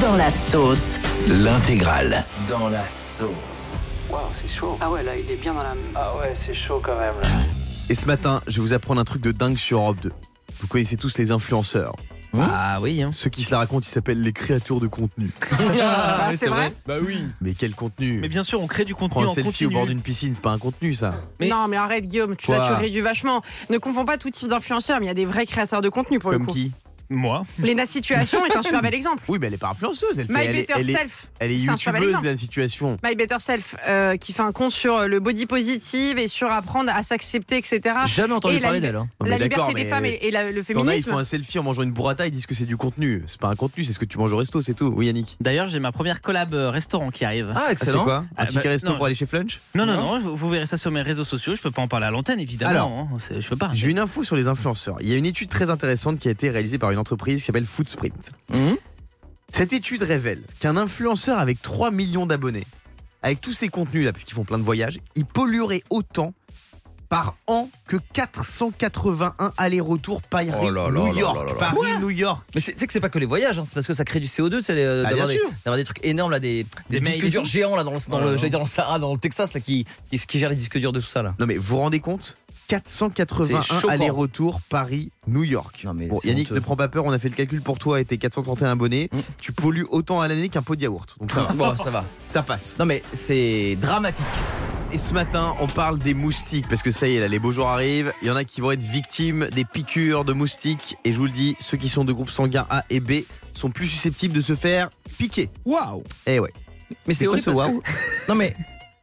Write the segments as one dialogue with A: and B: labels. A: Dans la sauce.
B: L'intégrale. Dans la sauce.
C: Waouh, c'est chaud.
D: Ah ouais, là, il est bien dans la.
C: Ah ouais, c'est chaud quand même là.
E: Et ce matin, je vais vous apprendre un truc de dingue sur Europe 2. Vous connaissez tous les influenceurs.
D: Mmh.
F: Ah oui, hein.
E: Ceux qui se la racontent, ils s'appellent les créateurs de contenu.
F: Ah,
D: c'est vrai.
E: Bah oui. Mais quel contenu
F: Mais bien sûr, on crée du contenu
E: Prends un
F: en
E: selfie
F: continu.
E: au bord d'une piscine, c'est pas un contenu ça.
F: Mais-
D: Non, mais arrête, Guillaume, tu,
E: Quoi
D: là, tu réduis vachement. Ne confonds pas tout type d'influenceurs, mais il y a des vrais créateurs de contenu pour
E: Comme
D: le coup.
E: qui
F: Moi
D: Léna Situation est un super bel exemple.
E: Oui, mais elle est pas influenceuse. Elle, fait,
D: My
E: elle, est-
D: Better
E: elle est,
D: Self.
E: elle est
D: c'est un super bel
E: youtubeuse
D: exemple.
E: de la situation.
D: My Better Self, euh, qui fait un compte sur le body positive et sur apprendre à s'accepter, etc.
F: Jamais entendu
D: Ah, Et la
F: parler
D: lib-
F: d'elle. hein.
E: Non, mais
D: la
E: d'accord,
D: liberté des
E: mais
D: femmes et, et la- le
E: T'en as, ils font
D: féminisme.
E: un selfie en mangeant une burrata, ils disent que c'est du contenu. C'est pas un contenu, c'est ce que tu manges au resto, c'est tout. Oui, Yannick.
F: D'ailleurs, j'ai ma première collab euh, restaurant qui arrive.
E: Ah, C'est quoi Un
F: Ah,
E: ticket
F: bah,
E: resto
F: non.
E: pour aller chez Flunch
F: non, non, non, vous- vous verrez ça sur mes réseaux sociaux. Je peux pas en parler à l'antenne, évidemment.
E: Alors,
F: hein. C'est- Je peux pas.
E: J'ai une info sur les influenceurs. Il y a une étude très intéressante qui a été réalisée par une entreprise qui s'appelle Foodsprint.
G: Mmh.
F: Mhm.
E: Cette étude révèle qu'un influenceur avec 3 millions d'abonnés, avec tous ses contenus là, parce qu'ils font plein de voyages, il polluerait autant par an que 481 allers-retours Paris,
G: Oh là là là
E: New
G: là
E: York,
G: là là.
E: Paris, New York.
G: Mais c'est- tu sais que c'est pas que les voyages, hein, c'est parce que ça crée du CO2, c'est euh,
E: Ah,
G: d'avoir
E: bien
G: des,
E: sûr.
G: d'avoir des trucs énormes là, des, des
F: Bah, Des mails
G: disques
F: et
G: durs
F: tout.
G: géants là dans le, dans
F: Oh là
G: le,
F: là.
G: j'allais dire dans le Sahara, dans le Texas là, qui, qui, qui gère les disques durs de tout ça là.
E: Non mais vous vous rendez compte 481
G: choquant.
E: allers-retours Paris, New York.
G: Non, mais
E: bon,
G: c'est
E: Yannick,
G: honteux.
E: ne prends pas peur, on a fait le calcul pour toi et tes 431 abonnés.
G: Mhm.
E: Tu pollues autant à l'année qu'un pot de yaourt. Donc ça va,
G: Bon, ça va.
E: ça passe.
G: Non mais c'est dramatique.
E: Et ce matin, on parle des moustiques parce que ça y est, là, les beaux jours arrivent. Il y en a qui vont être victimes des piqûres de moustiques. Et je vous le dis, ceux qui sont de groupe sanguin A et B sont plus susceptibles de se faire piquer.
F: Waouh
E: Eh ouais.
G: Mais
E: C'est quoi ce
G: parce que- Non mais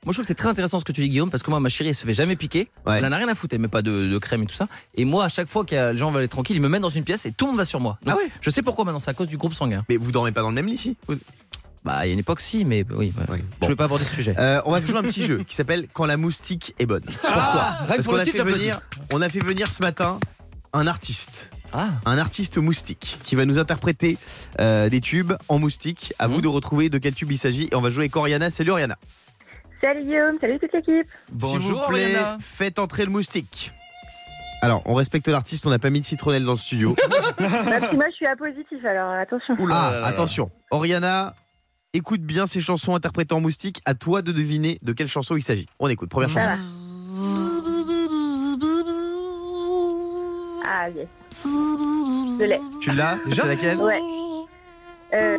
G: moi je trouve que c'est très intéressant ce que tu dis Guillaume parce que moi ma chérie elle se fait jamais piquer.
E: Ouais.
G: Elle en a rien à foutre, elle met pas de, de crème et tout ça. Et moi à chaque fois que euh, les gens veulent être tranquilles, ils me mettent dans une pièce et tout le monde va sur moi. Donc,
E: Ah ouais
G: Je sais pourquoi maintenant, c'est à cause du groupe sanguin.
E: Mais vous dormez pas dans le même lit ici
G: Bah il y a une époque si, mais oui. bah, Je
E: Bon.
G: veux pas aborder ce sujet.
E: Euh, on va jouer un petit jeu qui s'appelle Quand la moustique est bonne.
G: Pourquoi Ah, Rien que
E: Ah Parce
G: pour
E: qu'on
G: le
E: a
G: titre,
E: fait
G: j'applaudis.
E: venir, on a fait venir ce matin un artiste,
G: Ah.
E: un artiste moustique qui va nous interpréter euh, des tubes en moustique.
G: Mmh.
E: À vous de retrouver de quel tube il s'agit. Et on va jouer avec Oriana. Salut Oriana.
H: Salut Guillaume, salut toute l'équipe.
E: S'il vous plaît,
G: Oriana.
E: faites entrer le moustique. Alors, on respecte l'artiste, on n'a pas mis de citronnelle dans le studio.
H: Bah, parce que moi je suis à positif alors attention.
G: Ouh là
E: ah,
G: là là là.
E: attention. Oriana, écoute bien ces chansons interprétées en moustique. À toi de deviner de quelle chanson il s'agit. On écoute. Première chanson.
H: Ça va. Ah yes. Je l'ai.
E: Tu l'as Tu sais laquelle
H: Ouais. Euh,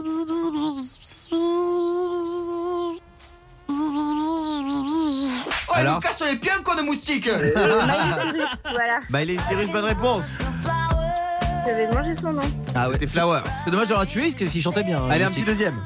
F: Oh,
E: Alors
F: sur les pieds, quoi de moustique
H: voilà,
E: Miley Bah, Cyrus, bonne réponse.
H: je vais manger son nom.
G: Ah ouais.
E: C'était Flowers.
G: C'est dommage de l'avoir tué parce que s'il chantait bien. hein,
E: Allez, un
G: Moustique.
E: petit deuxième.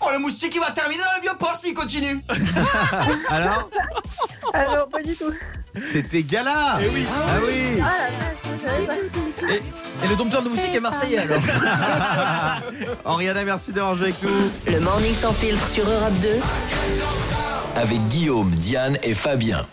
F: Oh, le moustique, il va terminer dans le vieux port s'il continue
E: Alors,
H: Ah non, pas du tout.
E: c'était Gala.
G: Eh
E: Ah oui.
H: Ah la vache, je savais pas.
G: Et le dompteur de moustique est marseillais alors.
E: Oriana, merci d'avoir joué avec nous.
A: Le morning sans filtre sur Europe 2.
B: Avec Guillaume, Diane et Fabien.